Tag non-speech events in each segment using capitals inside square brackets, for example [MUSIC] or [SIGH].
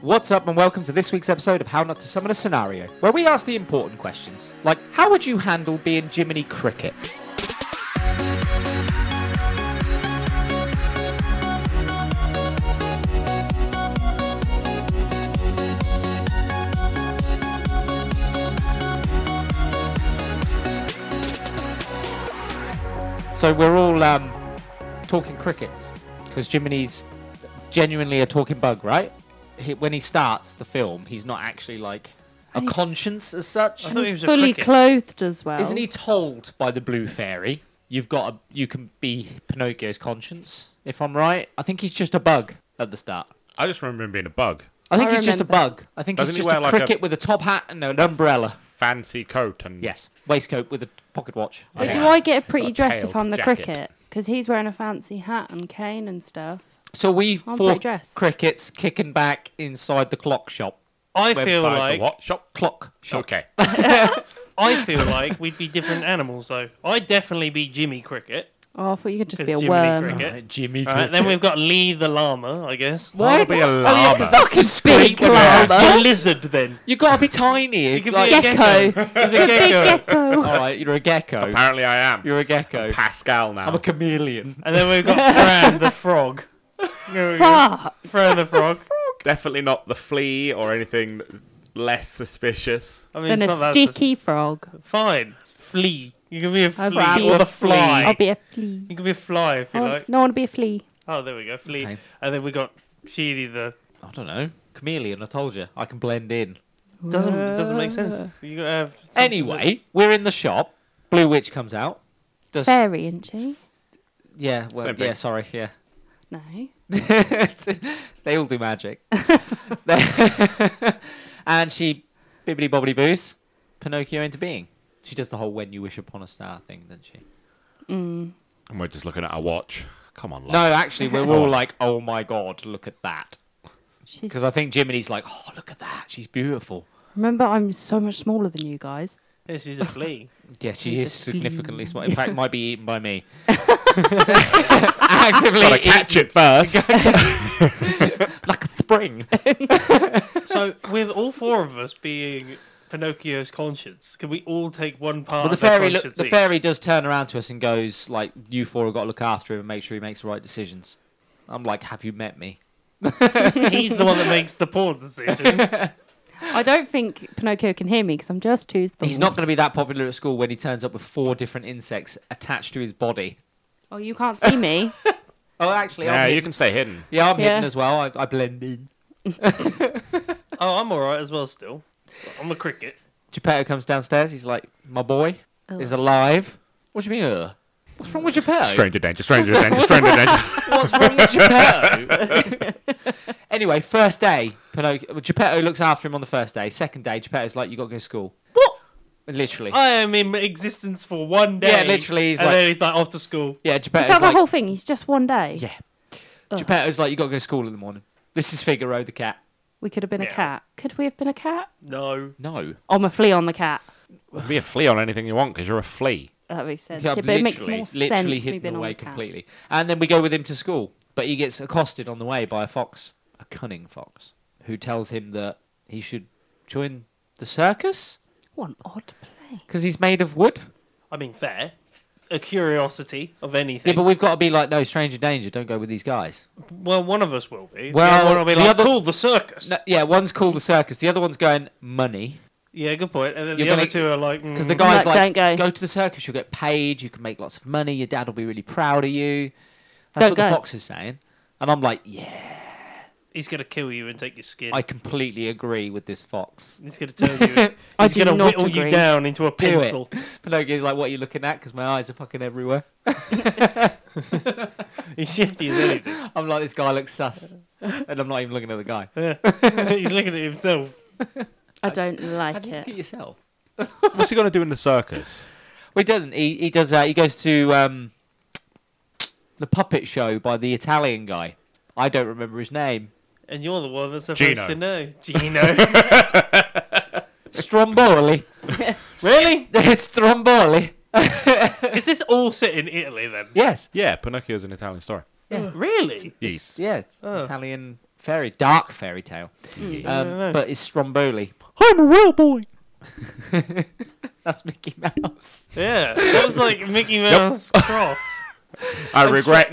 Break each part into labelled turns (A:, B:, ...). A: What's up, and welcome to this week's episode of How Not to Summon a Scenario, where we ask the important questions, like how would you handle being Jiminy Cricket? So we're all um, talking crickets because Jiminy's genuinely a talking bug, right? He, when he starts the film, he's not actually like a
B: he's-
A: conscience as such.
B: And
C: he
B: he's
C: was a
B: fully
C: cricket.
B: clothed as well.
A: Isn't he told by the blue fairy you've got a, you can be Pinocchio's conscience? If I'm right, I think he's just a bug at the start.
D: I just remember him being a bug.
A: I think
B: I
A: he's just a
B: remember.
A: bug. I think
D: Doesn't he
A: he's just
D: wear
A: a
D: like a-
A: cricket with a top hat and an umbrella.
D: Fancy coat and
A: Yes, waistcoat with a pocket watch.
B: But
D: Yeah.
B: do I get a pretty
D: a
B: dress if
D: tailed
B: I'm the
D: jacket.
B: cricket? Because he's wearing a fancy hat and cane and stuff.
A: So we
B: I'll
A: four
B: play dress.
A: crickets kicking back inside the clock shop.
C: I
D: website
C: feel
D: the
C: like
D: what shop?
A: Clock shop.
D: Okay.
C: [LAUGHS] I feel like we'd be different animals though. I'd definitely be Jimmy Cricket.
B: Oh, I thought you could just
C: 'cause
B: be a
C: Jiminy
B: worm.
C: Cricket.
A: Uh, Jimmy.
C: All right, then we've got Lee the llama, I guess. [LAUGHS]
A: Why?
D: I'll be a
A: Oh, yeah, 'cause
D: llama.
A: that's discreet.
B: Big llama.
C: The lizard then.
A: You gotta [LAUGHS] be tiny.
C: You could
A: like-
C: be a
B: Gecko.
C: gecko. He's a
B: Big
C: gecko.
B: gecko.
A: All right, you're a gecko.
D: Apparently, I am.
A: You're a gecko.
D: Pascal now.
A: I'm a chameleon.
C: And then we've got Fran the frog. There
B: [LAUGHS]
C: we go.
B: Fuck.
C: Fran the frog.
D: Definitely not the flea or anything less suspicious.
C: I mean,
B: Then
C: it's not
B: a
C: that
B: sticky frog.
C: sus- Fine. Flea. You can be a
B: I'll
C: flea
B: be
C: or
B: a
C: the
B: flea.
C: fly.
B: I'll be a flea.
C: You can be a fly if you
B: Oh,
C: like.
B: no, I want to be a flea.
C: Oh, there we go. Flea.
A: Okay.
C: And then we got Sheedy the.
A: I don't know. Chameleon. I told you, I can blend in.
C: Doesn't doesn't make sense. You gotta have. something that-
A: Anyway, we're in the shop. Blue Witch comes out. Does
B: Fairy, isn't she?
A: yeah, well,
D: Same thing.
A: yeah. Sorry, yeah.
B: No.
A: [LAUGHS] they all do magic. [LAUGHS] and she bibbity bobbity boos Pinocchio into being. She does the whole when you wish upon a star thing, doesn't she?
D: And we're just looking at our watch. Come on,
A: No,
D: love.
A: actually, we're all like, oh my god, look at that.
B: She's...
A: Because I think Jiminy's like, oh, look at that. She's beautiful.
B: Remember, I'm so much smaller than you guys.
C: This is a flea.
A: Yeah, she
B: She's
A: is
B: a flea.
A: significantly small.
B: [LAUGHS]
A: In fact, might be eaten by me. [LAUGHS] Actively
D: Gotta
A: eaten
D: catch
A: [LAUGHS]
D: it first.
A: like a spring.
C: So, with all four of us being Pinocchio's conscience, can we all take one part?
A: Well, the
C: of their
A: fairy, look,
C: conscience
A: the
C: each?
A: fairy does turn around to us and goes, like, you four have got to look after him and make sure he makes the right decisions. I'm like, have you met me?
C: [LAUGHS] He's the one that makes the poor decision.
A: [LAUGHS]
B: I don't think Pinocchio can hear me because I'm just too small.
A: He's not going to be that popular at school when he turns up with four different insects attached to his body.
B: Oh, you can't see me.
A: Oh, actually,
D: yeah,
A: I'm
D: you
A: hidden.
D: can stay hidden.
A: yeah, I'm hidden
B: Yeah.
A: as well. I, I blend in.
C: oh, I'm all right as well. Still, I'm a cricket.
A: Geppetto comes downstairs. He's like, my boy is alive. What do you mean, uh? What's wrong with Geppetto?
D: [LAUGHS] Stranger danger,
A: [LAUGHS]
D: stranger danger, stranger danger.
A: What's wrong with Geppetto? anyway, first day, Pinocchio, Geppetto looks after him on the first day. Second day, Geppetto's like, you got to go to school.
C: What?
A: Literally.
B: Oh.
C: I am in existence for one
A: Yeah,
C: day.
A: literally, he's
C: and
A: like-
C: then he's like off to school.
A: yeah,
B: Is that
A: Geppetto's
B: the
A: like,
B: whole thing? He's just one day.
A: yeah. Geppetto's like, you got to go to school in the morning. This is Figaro the cat.
B: We could have been a
C: Yeah.
B: cat. Could we have been a cat? Oh,
C: No,
A: No.
B: I'm a flea on the cat.
D: Be a flea on anything you want because you're a flea.
B: That makes sense.
A: Yeah,
B: Yeah, but it makes more sense
A: literally
B: me
A: hidden
B: being on
A: away
B: the cat.
A: completely. And then we go with him to school, but he gets accosted on the way by a fox, a cunning fox, who tells him that he should join the circus
B: What an odd play.
A: because he's made of wood.
C: I mean fair. A curiosity of
A: Yeah,
C: anything.
A: but we've got to be like, no, stranger danger, don't go with these guys.
C: well, one of us will be.
A: Well,
C: the other one will be
A: the
C: like,
A: other-
C: cool, the circus.
A: No, yeah, one's called the circus, the other one's going money.
C: Yeah, good point. And then
A: You're
C: the other
A: gonna-
C: two are like,
A: Because
C: mm,
A: the guy's
B: Like,
A: like,
B: don't go.
A: to the circus, you'll get paid, you can make lots of money, your dad will be really proud of you. That's
B: Don't
A: what
B: go.
A: the fox is saying. And I'm like, yeah,
C: he's gonna kill you and take your skin.
A: I completely agree with this fox. [LAUGHS]
C: He's gonna turn you.
B: I
C: He's
B: do
C: gonna
B: not
C: whittle you
B: agree.
C: down into a
A: Do it.
C: pencil.
A: Pinocchio's like, what are you looking at? Because my eyes are fucking everywhere.
C: He's shifty
A: [LAUGHS]
C: as anything.
A: I'm like, this guy looks
B: [LAUGHS]
A: sus. And I'm not even looking at the guy.
C: He's looking at himself.
B: I don't
A: How
B: like
A: do you look at
B: it.
A: yourself?
D: What's he going to do in the circus?
A: Well, he doesn't. He, he does. Uh, he goes to um, the puppet show by the Italian guy. I don't remember his
B: [LAUGHS]
A: name.
C: And you're the one that's supposed
D: Gino. [LAUGHS]
C: to know. Gino.
A: Stromboli.
C: [LAUGHS]
A: [LAUGHS]
C: really?
A: it's Stromboli.
C: Is this all set in Italy then?
A: Yes.
D: Yeah, Pinocchio's an Italian story.
C: Really?
A: It's, yeah, it's
C: Oh.
A: Italian fairy, dark fairy tale.
C: I don't know.
A: Um, but it's Stromboli. [LAUGHS]
D: I'm a real boy.
A: That's Mickey Mouse.
C: yeah, that was like Mickey Mouse cross.
D: I regret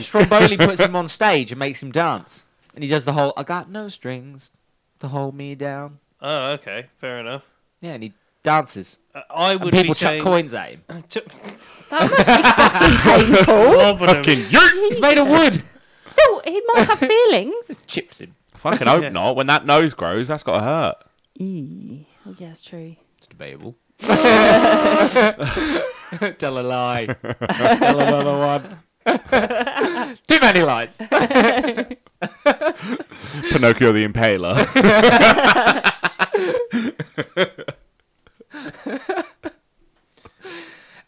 A: [LAUGHS] Stromboli puts him on stage and makes him dance, and he does the whole "I got no strings to hold me down."
C: Oh, okay, fair enough.
A: Yeah, and he dances.
C: Uh, I
A: And
C: would
A: people
C: be saying,
A: chuck coins at him.
D: [LAUGHS]
C: Ch-
B: That must be fucking painful.
C: lobbing
A: [LAUGHS]
D: Oh,
C: him.
D: Fucking yeet.
A: It's made of [LAUGHS] wood.
B: Still, he might
A: [LAUGHS]
B: have feelings.
A: Chips him.
D: Fucking hope
C: Yeah.
D: not. When that nose grows, that's gotta hurt.
B: Eee. Oh, yeah,
A: [LAUGHS]
B: it's true.
A: It's debatable. Tell a [LAUGHS] lie. Tell another one. [LAUGHS] Too many lies.
D: Pinocchio the
A: [LAUGHS]
D: Impaler.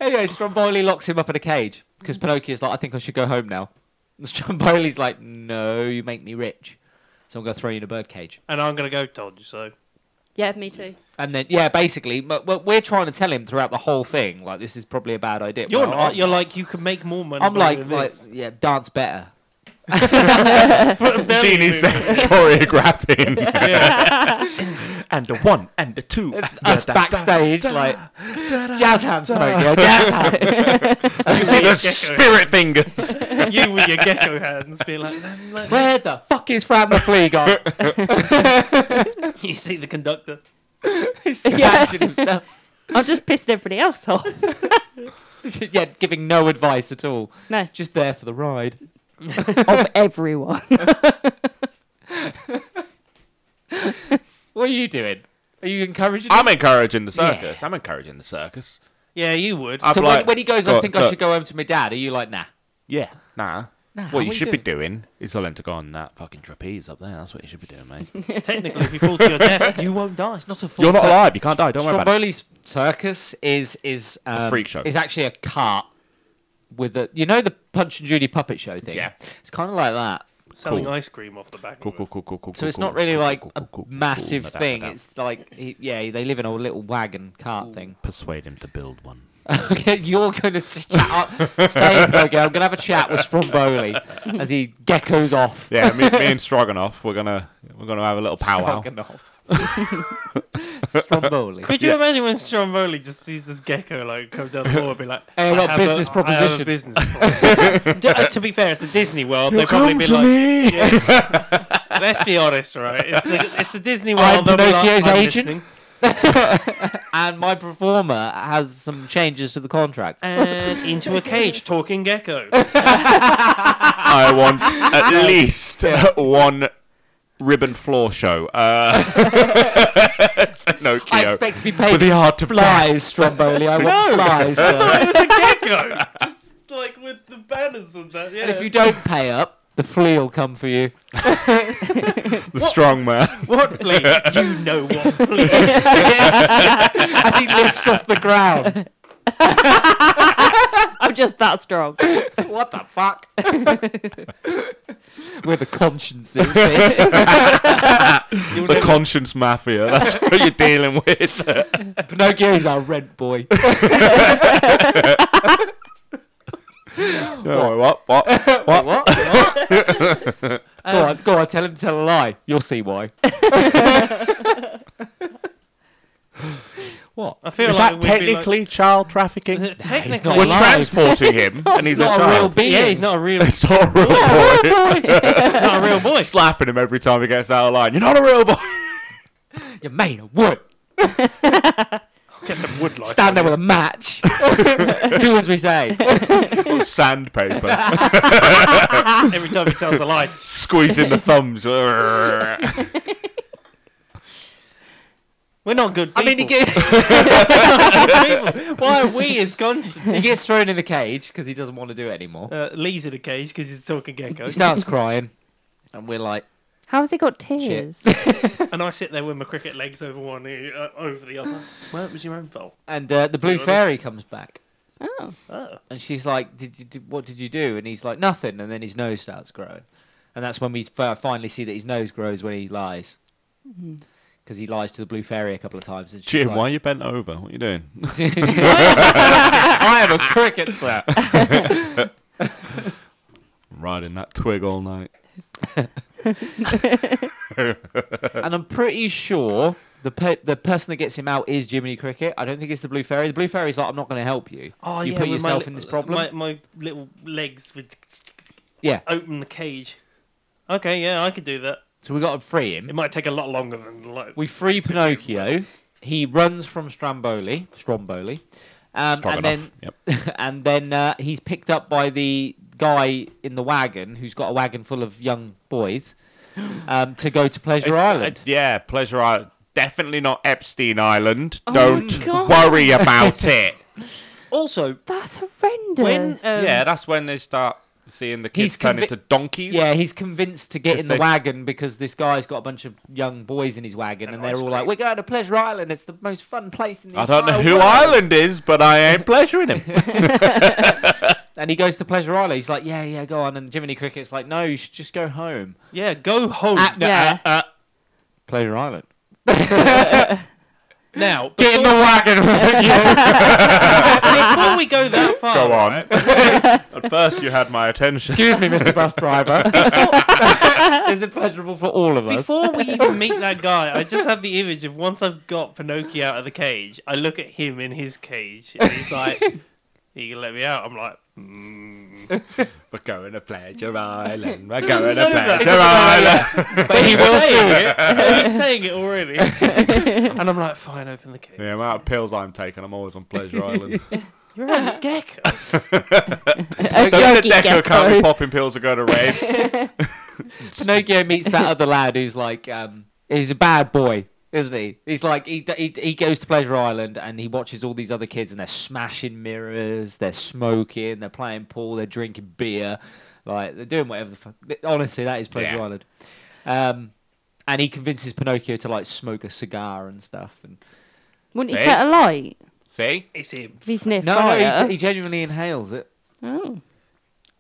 A: Anyway, Stromboli locks him up in a cage because Pinocchio's like, I think I should go home now. And Stromboli's like, No, you make me rich. So I'm going to throw you in a bird cage.
C: and I'm gonna go. Told you so.
B: Yeah, me too.
A: And then, yeah, basically, but but we're trying to tell him throughout the whole thing, like, this is probably a bad idea.
C: You're
A: Well,
C: not.
A: I'm-
C: you're like you can make more money.
A: I'm like,
C: doing
A: like,
C: this. [LAUGHS]
A: yeah, dance better.
C: Put a belly
D: Genie
C: move in.
D: said choreographing.
C: Yeah.
E: and the one and the two.
A: It's
E: and
A: [LAUGHS] us
E: the-
A: backstage, like, jazz hands, Pinocchio, jazz hands.
C: [LAUGHS] You see
D: the
C: your gecko-
D: spirit fingers.
C: You with your gecko hands being like, "Let- let-
A: Where the fuck is Fran McFlea gone?
C: [LAUGHS] you see the
A: [LAUGHS]
C: conductor. [LAUGHS]
B: Yeah.
A: Scratching himself.
B: [LAUGHS] I'm just pissing everybody
A: [LAUGHS]
B: else off.
A: [LAUGHS] yeah, giving no advice at all.
B: No,
A: Just there for the ride.
B: of
A: [LAUGHS]
B: everyone.
A: What are you doing? Are you encouraging him?
D: I'm encouraging the circus. I'm encouraging the circus.
C: Yeah, you would.
D: I'm
A: so
D: like,
A: when, when he goes, I
D: "Look,
A: think I
D: look,
A: should go home to my dad. Are you like, nah?
D: Yeah, nah.
A: Nah,
D: what you should be doing is telling him to go on that fucking trapeze up there. That's what you should be doing, mate.
C: Technically, if you fall to your death, you won't die.
A: It's not a full
D: You're not
A: cir-
D: alive. You can't die. Don't worry about it.
A: Stromboli's circus is is um,
D: freak show.
A: Is actually a cart with a you know the Punch and Judy puppet show thing.
D: Yeah.
A: it's kind of like that.
C: Selling
D: Cool.
C: ice cream off the back.
D: Cool,
C: of
D: cool, cool, cool, cool.
A: So
D: cool,
A: it's
D: cool,
A: not really
D: cool,
A: like
D: cool,
A: a
D: cool, cool, cool,
A: massive
D: da, da,
A: thing.
D: da.
A: It's like he- yeah, they live in a little wagon cart thing. [LAUGHS]
D: persuade him to build one.
A: Okay, you're going to chat up, stay in Pogo. I'm going to have a chat with Stromboli as he geckos off.
D: Yeah, me, me and Stroganoff, we're gonna we're gonna have a little powwow.
A: Fucking hell. [LAUGHS] Stromboli.
C: it. Could you imagine when Stromboli just sees this gecko like come down the hall and be like,
A: Hey, I got
C: have
A: business
C: a, I have a
A: proposition." [LAUGHS]
C: business proposition. D- uh, to be fair, it's a Disney World. They'll probably be like,
D: me.
C: let's be honest, right? It's
A: [LAUGHS]
C: the, it's the Disney World.
A: I'm
C: they'll be like,
A: Pinocchio's
C: "I'm
A: agent."
C: listening."
A: And my performer has some changes to the contract.
C: And into
A: [LAUGHS]
C: a cage, talking gecko.
D: I want [LAUGHS] at least one ribbon floor show. Uh, [LAUGHS] Pinocchio.
A: I expect to be paid
D: with the
A: in
D: heart to
A: flies, [LAUGHS] Stromboli. I want flies. [LAUGHS] sir.
C: it was a gecko, just like with the banners and that. Yeah.
A: And if you don't pay up, the flea will come for [LAUGHS] you.
D: the strong
C: [LAUGHS]
D: man.
C: what flea?
A: [LAUGHS]
C: you know what flea?
A: As he lifts off the ground.
B: I'm just
A: [LAUGHS]
B: that strong.
A: [LAUGHS] What the [LAUGHS] fuck? We're the consciences, bitch.
C: You'll
D: The
C: never-
D: conscience mafia.
C: [LAUGHS]
D: That's what you're dealing with.
A: [LAUGHS] Pinocchio's our rent [LAUGHS] boy.
D: No, what? What? What?
A: [LAUGHS] go on, go on, tell him to tell a lie. You'll see [LAUGHS] why. what?
C: I feel
D: Is
C: like
D: that
C: we'd be
D: technically child trafficking?
C: Like, technically,
A: not
D: We're
A: alive.
D: [LAUGHS] transporting him, and he's
A: He's not
D: a
A: a
D: [LAUGHS]
A: real
D: child.
A: being.
C: yeah, he's not a real,
D: It's not a real boy.
C: not a real boy.
D: Slapping him every time he gets out of line. You're not a real boy. [LAUGHS]
A: You're made of wood.
C: Get some wood lice.
A: Stand there with a match. [LAUGHS] Do as we say.
D: Or sandpaper. [LAUGHS]
C: Every time he tells
A: [LAUGHS]
C: a lie,
D: Squeezing the thumbs.
C: we're not good. People.
A: I mean, he, get,
C: [LAUGHS] People. Why are we as conscious?
A: he gets thrown in the cage because he doesn't want to do it anymore.
C: Uh, Lee's in a cage because he's talking gecko,
A: He starts crying, and we're like,
B: How has he got tears?
C: and I sit there with my cricket legs over one ear, uh, over the other. Well, it was your own fault.
A: and uh, the blue fairy comes back,
B: Oh,
C: Oh.
A: and she's like, did you do, "What did you do?" And he's like, "Nothing." And then his nose starts growing, and that's when we f- finally see that his nose grows when he lies. Because he lies to the blue fairy a couple of times, and she's
D: Jim,
A: like,
D: why are you bent over? What are you doing?
A: [LAUGHS] I am a cricket, sir.
D: Riding that twig all night.
A: and I'm pretty sure the pe- the person that gets him out is Jiminy Cricket. I don't think it's the Blue Fairy. The Blue Fairy's like, I'm not going to help you.
C: Oh,
A: you
C: yeah,
A: put
C: with my
A: yourself
C: li-
A: in this problem.
C: My, my little legs would
A: Yeah.
C: open the cage. Okay, yeah, I could do that.
A: So we got to free
C: It
A: him.
C: might take a lot longer than like.
A: We free Pinocchio. He runs from Stromboli. Stromboli. Um,
D: Strong
A: and
D: enough.
A: then, [LAUGHS] and then uh, he's picked up by the guy in the wagon who's got a wagon full of young boys [GASPS] um, to go to Pleasure
D: It's-
A: Island.
D: uh, yeah, Pleasure Island. Definitely not Epstein Island.
B: Oh my
D: Don't
B: God.
D: worry about it.
C: Also,
B: That's horrendous.
C: when uh,
D: yeah, that's when they start seeing the
A: He's
D: kids turn
A: convi-
D: into donkeys.
A: Yeah, he's convinced to get in
D: Just
A: the
D: say-
A: wagon because this guy's got a bunch of young boys in his wagon, and, they're all like, "We're going to Pleasure Island. It's the most fun place in the
D: I don't know
A: entire
D: who
A: world."
D: Island is, but I ain't pleasuring him.
A: And he goes to Pleasure Island. He's like, "Yeah, yeah, go on." And Jiminy Cricket's like, "No, you should just go home,
C: yeah, go home
A: Ah, no.
B: yeah.
C: uh,
A: Pleasure Island."
C: now.
D: get in
A: [LAUGHS]
D: the wagon with you.
C: [LAUGHS] before we go that far,
D: Go on. At first, you had my attention.
A: Excuse me, Mr. Bus Driver. [LAUGHS] Is it pleasurable for all of us?
C: Before we
A: [LAUGHS]
C: even meet that guy, I just have the image of once I've got Pinocchio out of the cage, I look at him in his cage, and he's like, "You gonna let me out?" I'm like,
D: We're going to Pleasure Island. We're going
C: No,
D: to
C: no, no.
D: Pleasure Island.
A: but he will sing it,
C: "He's saying
A: [LAUGHS]
C: it already," and I'm like, "Fine, open the cage."
D: The amount of pills I'm taking, I'm always on Pleasure Island.
C: You're
A: uh,
B: [LAUGHS]
C: a gecko.
B: a
D: Don't
B: jokey
D: let Deco can't
B: gecko.
D: be popping pills or go to raves.
A: Pinocchio meets that other lad who's like, um, he's a bad boy, isn't he? He's like, he, he he goes to Pleasure Island and he watches all these other kids and they're smashing mirrors, they're smoking, they're playing pool, they're drinking beer, like they're doing whatever the fuck. Honestly, that is Pleasure
D: Yeah.
A: Island. Um, and he convinces Pinocchio to like smoke a cigar and stuff. And
B: Wouldn't
D: Hey.
B: he set a light
D: See?
C: It's him.
B: if he's near
A: no,
B: fire?
A: no, he, he genuinely inhales it.
B: oh.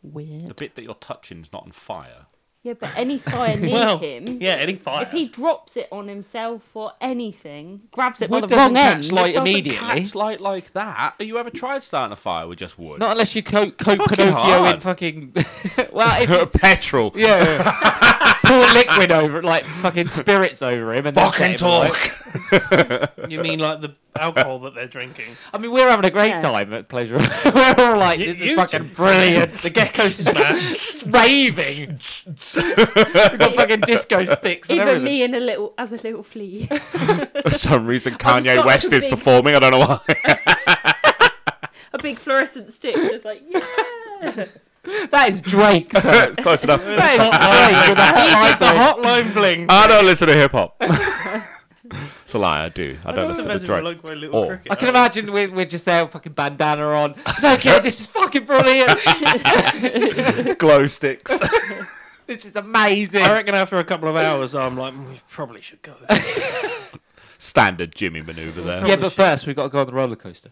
B: Weird.
D: The bit that you're touching is not on fire.
B: Yeah, but any fire near
C: Well,
B: him,
C: yeah, any fire.
B: if he drops it on himself or anything, grabs it
A: Wood
B: by the wrong
A: doesn't catch
B: end.
A: light
D: Doesn't
A: immediately.
D: catch light like that. Have you ever tried starting a fire with just wood?
A: Not unless you coat, coat
D: fucking
A: Pinocchio in
D: hard.
A: fucking. [LAUGHS]
D: [LAUGHS]
A: well, if it's
D: [LAUGHS] petrol.
A: Yeah. yeah. Pour liquid over it, like fucking spirits over him, and then set him
D: Fucking talk.
A: alight.
C: You mean like the alcohol that they're drinking?
A: I mean, we're having a great
B: Yeah.
A: time at Pleasure. [LAUGHS] we're all like,
C: You-
A: this
C: you
A: is fucking
C: two.
A: brilliant. [LAUGHS]
C: The [LAUGHS] gecko smash.
A: raving. We've got fucking disco sticks and
B: Even
A: everything.
B: me in a little, as a little flea. [LAUGHS]
D: [LAUGHS] For some reason,
B: just
D: Kanye
B: got
D: West
B: the
D: is
B: big-
D: performing. I don't know why.
B: a big fluorescent stick, just like, yeah.
A: That is Drake.
D: [LAUGHS]
A: So. that is
D: It's Close enough.
A: Drake with that
C: the
A: high
C: hotline bling.
A: Oh.
D: I don't listen to hip hop. it's a lie. I do. I don't listen
C: just
D: to
C: imagine we're
D: Drake.
C: like my little
D: Oh.
A: I
C: cricket.
A: can imagine we're, we're just there, with fucking bandana on. Okay, this is fucking brilliant.
D: [LAUGHS] Glow sticks.
A: This is amazing.
C: I reckon after a couple of hours, I'm like, "Mm, we probably should go.
D: Standard Jimmy maneuver there.
A: Yeah, but first we've got to go on the roller coaster.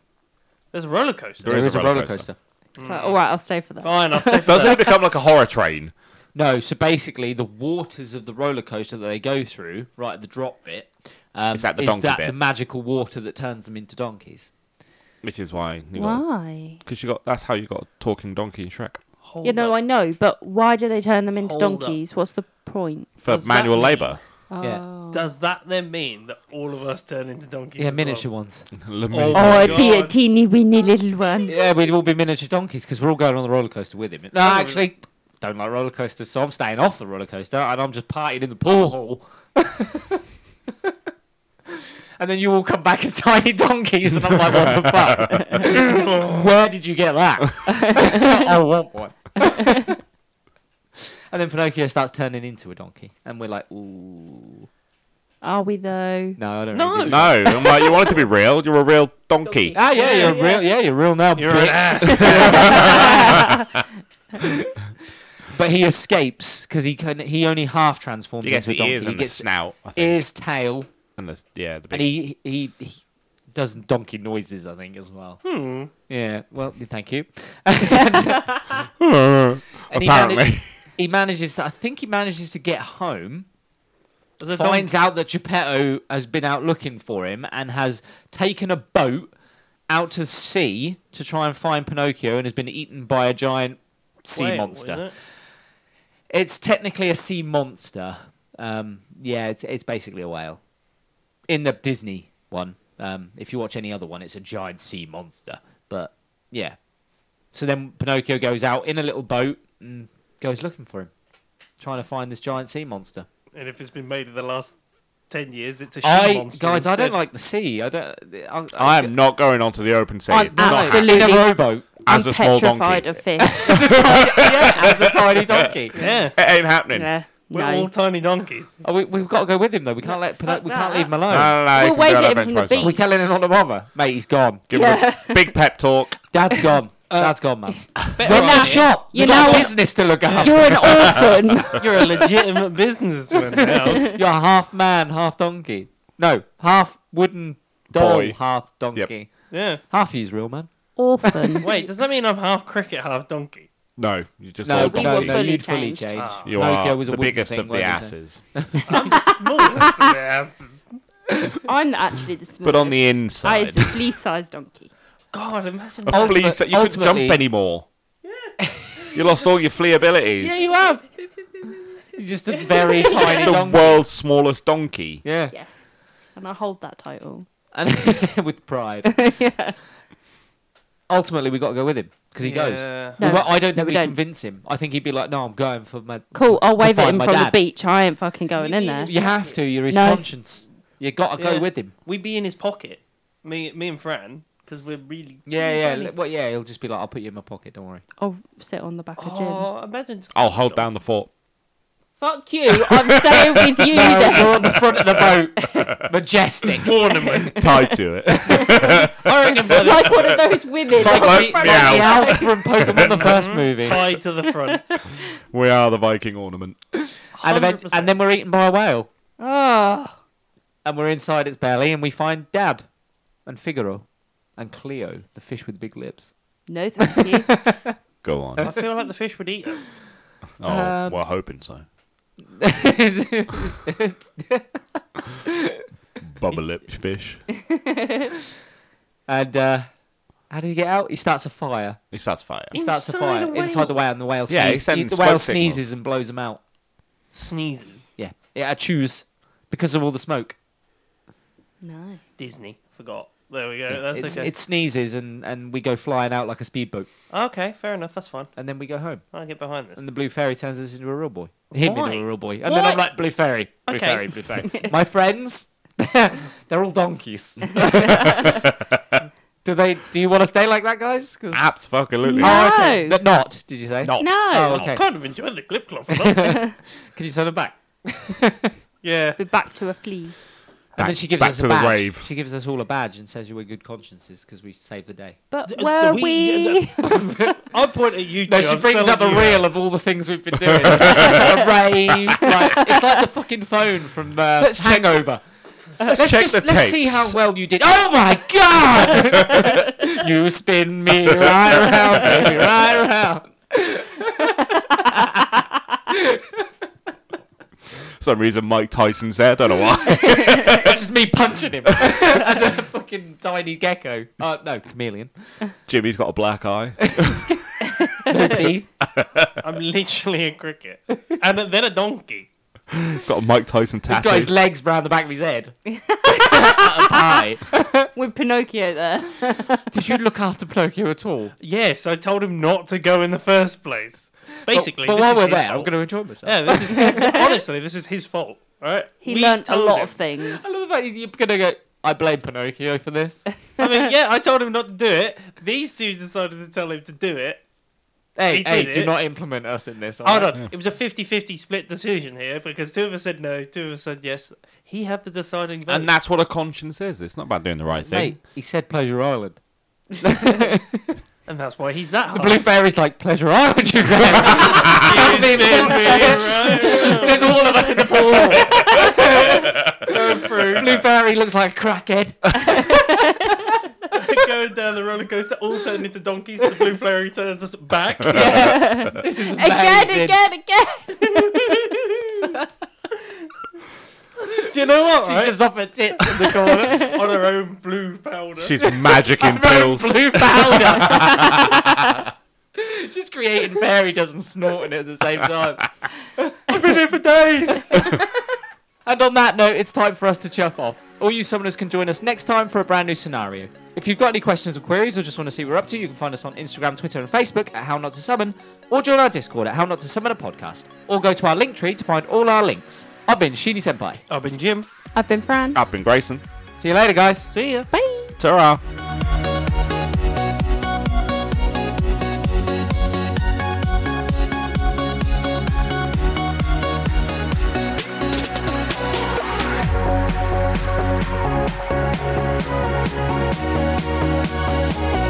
C: There's a roller coaster.
D: There is a roller coaster.
B: Like, All right, I'll stay for that.
C: Fine, I'll
A: [LAUGHS]
C: stay for
D: Doesn't
C: that.
D: it become like a horror train?
A: No, so basically, the waters of the roller coaster that they go through, right at the drop bit, um,
D: Is that the
A: is
D: donkey
A: that
D: bit?
A: the magical water that turns them into donkeys.
D: Which is why you got
B: Why?
D: because you got that's how you got a talking donkey in Shrek
C: Hold
B: You know,
C: up.
B: I know, but why do they turn them into
C: Hold up.
B: donkeys? What's the point?
D: for
C: Does that
D: manual
C: mean-
D: labour.
A: Yeah.
C: Does that then mean that all of us turn into donkeys?
A: Yeah,
C: as
A: miniature
C: well?
A: ones.
D: Lemmy.
B: Oh,
C: my
B: I'd be a
C: God.
B: teeny weeny little one.
A: Yeah, we'd all be miniature donkeys because we're all going on the roller coaster with him. No, actually, don't like roller coasters, so I'm staying off the roller coaster and I'm just partying in the pool hall. [LAUGHS] and then you all come back as [LAUGHS] tiny donkeys, and I'm like, what the fuck? Where did you get that? I want one. [LAUGHS] and then Pinocchio starts turning into a donkey, and we're like, ooh,
B: Are we though?
A: no, I don't.
C: No.
A: Really do that.
D: [LAUGHS] No, I'm like you want it to be real. You're a real donkey.
A: Ah, yeah,
B: Yeah,
A: you're
B: yeah.
A: real. Yeah, you're real now.
C: You're
A: bitch.
C: an ass.
A: [LAUGHS] But he escapes because he can, he only half transforms
D: You get
A: into a
D: the
A: donkey.
D: ears
A: he
D: and the
A: gets
D: snout. I think.
A: ears, tail,
D: And the, yeah, the
A: [LAUGHS]
D: big
A: and he he, he does donkey noises. I think as well. Hmm. Yeah. Well, thank you. [LAUGHS]
D: [LAUGHS]
A: and, and he
D: Apparently.
A: manage- he manages. To, I think he manages to get home.
C: There's a donkey-
A: finds out that Geppetto has been out looking for him and has taken a boat out to sea to try and find Pinocchio and has been eaten by a giant sea
C: whale,
A: monster.
C: isn't it?
A: It's technically a sea monster. Um, yeah, it's it's basically a whale. In the Disney one, um, if you watch any other one, it's a giant sea monster. But yeah, so then Pinocchio goes out in a little boat and goes looking for him, trying to find this giant sea monster.
C: And if it's been made in the last ten years, it's a she
A: I guys,
C: monster.
A: I
C: instead.
A: don't like the sea. I don't. I,
D: [LAUGHS] I am not going onto the open sea.
B: I'm
D: It's not
B: absolutely-
A: in a rowboat
D: As
B: I'm
D: a small
B: petrified
D: donkey.
B: of fish.
A: [LAUGHS] as a tiny, yeah, as a tiny
D: [LAUGHS]
A: donkey.
C: Yeah,
D: hap- It ain't happening.
B: yeah.
C: we're
B: no.
C: all tiny donkeys.
A: [LAUGHS] Oh, we, we've got to go with him though. We can't let Pino-
B: Fuck
A: we can't
B: that.
A: leave him alone.
D: No, no,
B: We'll
D: no, you can
B: wave
D: go
B: it
D: on
B: in
D: that
B: from the
D: bench by yourself.
A: We're telling him not to bother, mate. He's gone.
D: Give him a big pep talk.
A: Dad's
C: [LAUGHS]
A: gone. Dad's gone, man.
C: Uh, Better
A: Run the
C: idea.
A: shop.
B: you
A: You know,
B: know-
A: business to look
C: [LAUGHS]
A: after.
B: You're an orphan.
C: You're a legitimate [LAUGHS] businessman now.
A: You're half man, half donkey. No, half wooden doll,
D: Boy.
A: half donkey.
C: Yeah.
A: Half he's real, man.
B: orphan.
C: Wait, does that mean I'm half cricket,
A: [LAUGHS]
C: half donkey?
D: No, you just
A: No,
D: got a
B: we
A: no,
B: were
D: donkey.
A: no,
B: fully
A: you'd fully
B: changed.
A: change.
C: Ah.
D: You
A: Pinocchio
D: are
A: was a
D: the
A: wooden
D: biggest
A: thing,
D: of the
A: wasn't he?
D: asses.
C: I'm the smallest. of the asses.
B: I'm actually the smallest.
D: But on the
B: I
D: inside,
B: the flea sized donkey.
C: God, imagine.
D: a flea
A: Ultimate-
D: so you couldn't jump
A: ultimately-
D: anymore. You lost all your flea abilities.
A: Yeah, you have. You're just a
D: [LAUGHS]
A: very tiny
D: the
A: donkey.
D: world's smallest donkey.
A: Yeah.
B: Yeah. And I hold that title. [LAUGHS]
A: And with pride.
B: yeah.
A: Ultimately, we got to go with him because he goes.
C: Yeah.
A: We
B: No.
A: won't- I don't
B: No,
A: think
B: we
A: we
B: don't.
A: convince him. I think he'd be like, "No, I'm going for my."
B: Cool. I'll wave at
A: find
B: him
A: my
B: from
A: dad.
B: the beach. I ain't fucking going in [LAUGHS] there.
A: You have to. You're his
B: No.
A: conscience. You got to go
C: Yeah.
A: with him.
C: We'd be in his pocket, me, me and Fran, because we're really.
A: Yeah, yeah.
C: tiny.
A: li- Well, yeah. He'll just be like, "I'll put you in my pocket. Don't [LAUGHS] worry."
B: I'll sit on the back of Jim.
C: Oh, imagine. Just
D: I'll hold down the fort.
B: Fuck you. [LAUGHS] I'm staying with you then. [LAUGHS]
A: You're on the front of the boat, majestic.
C: Ornament.
D: Tied to it. [LAUGHS]
C: I reckon by the
B: Like one of those women.
A: Like,
D: Like
A: the- like
D: meow.
A: the elf from Pokemon the first movie, and,
C: tied to the front.
D: we are the Viking ornament.
A: event-
C: 100%.
A: [LAUGHS] and then we're eaten by a whale,
B: [LAUGHS] Oh.
A: and we're inside its belly, and we find Dad, and Figaro, and Cleo, the fish with big lips.
B: No, thank you.
D: Go on.
B: Uh,
C: I feel like the fish would eat us.
D: Oh,
A: Um,
D: we're hoping so. Bubble
B: [LAUGHS]
D: lip fish.
A: [LAUGHS] and uh, how did he get out? He starts a fire.
D: He starts fire.
A: He starts a
C: Inside
A: fire
C: a whale.
A: inside the whale, and the whale
D: Yeah, he
A: sneezes.
D: sends
A: he- the
D: smoke
A: whale
D: signals.
A: sneezes and blows him out.
C: Sneezing.
A: Yeah, yeah, I choose because of all the smoke.
B: [LAUGHS] No.
C: Disney. Forgot. There we go. Uh, That's
A: It's-
C: okay.
A: It sneezes, and and we go flying out like a speedboat,
C: Okay, fair enough. That's fine.
A: and then we go home.
C: I'll get behind this.
A: And the blue fairy turns us into a real boy. Him
C: Why?
A: into a real boy. And then I'm
C: Why?
A: like, blue fairy, blue
C: Okay. [LAUGHS]
A: fairy, blue fairy. My friends, [LAUGHS] they're all
C: [LAUGHS]
A: donkeys. do they? Do you want to stay like that, guys? 'Cause-
D: Absolutely.
B: No.
A: Oh, okay. They're not. Did you say?
D: Not.
B: No.
A: Oh, okay.
C: I kind of enjoyed the
A: [LAUGHS]
C: clip clop. a lot.
A: Can you send them back?
C: yeah.
B: Be back to a flea.
A: and then
D: Back-
A: she gives
D: back
A: us
D: to
A: a
D: the
A: badge.
D: rave.
A: She gives us all a badge and says you were good consciences because we saved the day.
B: But
C: D-
B: [LAUGHS] were
C: we-
B: we? [LAUGHS]
C: I'll point at you.
A: No,
C: two,
A: she
C: I'm
A: brings up a
C: selling you
A: reel of all the things we've been [LAUGHS] doing. It's like, it's like a rave. [LAUGHS] Like, it's like the fucking phone from uh,
D: Let's check-
A: Hangover. let's
D: check
A: just,
D: the
A: let's see
D: tapes.
A: how well you did. Oh my god! [LAUGHS] you spin me right around, baby, right around.
D: For some reason, Mike Tyson's there. Don't know why.
A: [LAUGHS] That's just me punching him [LAUGHS] as a fucking tiny gecko. Uh, no, [LAUGHS] chameleon.
D: Jimmy's got a black eye.
A: No teeth.
C: that. I'm literally a cricket, and then a donkey.
D: He's got a Mike Tyson
A: He's got his
D: tattoo.
A: legs round the back of his [LAUGHS] head. Out of pie.
B: [LAUGHS] With Pinocchio there.
A: Did you look after Pinocchio at all?
C: Yes, I told him not to go in the first place. [LAUGHS] Basically,
A: but
C: this
A: while
C: is
A: we're
C: his
A: there, I'm
C: fault.
A: going to enjoy myself.
C: Yeah,
B: [LAUGHS]
C: this is honestly, this is his fault. All right,
B: He
C: We
B: learnt a
C: told
B: lot
C: him.
B: of things.
A: I love the fact he's- you're gonna go. I blame Pinocchio for
C: [LAUGHS]
A: this.
C: I mean, yeah, I told him not to do it. These two decided to tell him to do it.
A: Hey,
C: He
A: hey,
C: did
A: do
C: it.
A: not implement us in this.
C: Hold
A: alright?
C: on, it was a 50-50 split decision here because two of us said no, two of us said yes. He had the deciding vote.
D: And that's what a conscience is. It's not about doing the right thing.
A: Mate, he said Pleasure Island.
C: And that's why he's that high.
A: The Blue Fairy's like Pleasure Island.
C: [LAUGHS]
A: You said.
C: He's
A: Blue
C: been
A: Fairy.
C: [LAUGHS] here, right?
A: There's all of us in the
C: [LAUGHS]
A: pool. [LAUGHS] Blue Fairy looks like a crackhead.
C: Going down the roller coaster, all turned into donkeys. The blue fairy turns us back. [LAUGHS]
A: This is amazing.
B: Again, again, again.
C: Do you know what?
A: She's just off her tits in the corner.
C: On her own blue
B: [LAUGHS]
C: powder.
D: She's magic in
A: Rowan
C: [LAUGHS]
A: [LAUGHS]
D: pills.
A: Blue powder. Just creating fairy does and snorting it at the
C: [LAUGHS]
A: same time. I've been here for days. and on that note, it's time for us to chuff off. All you summoners can join us next time for a brand new scenario. If you've got any questions or queries or just want to see what we're up to, you can find us on Instagram, Twitter, and Facebook at How Not to Summon, or join our Discord at How Not to Summon a Podcast, or go to our link tree to find all our links. I've been Sheeny Senpai.
C: I've been Jim.
B: [LAUGHS] I've been Fran.
D: I've been Grayson.
A: See you later, guys.
C: See ya.
B: Bye.
D: ta
F: Thank you.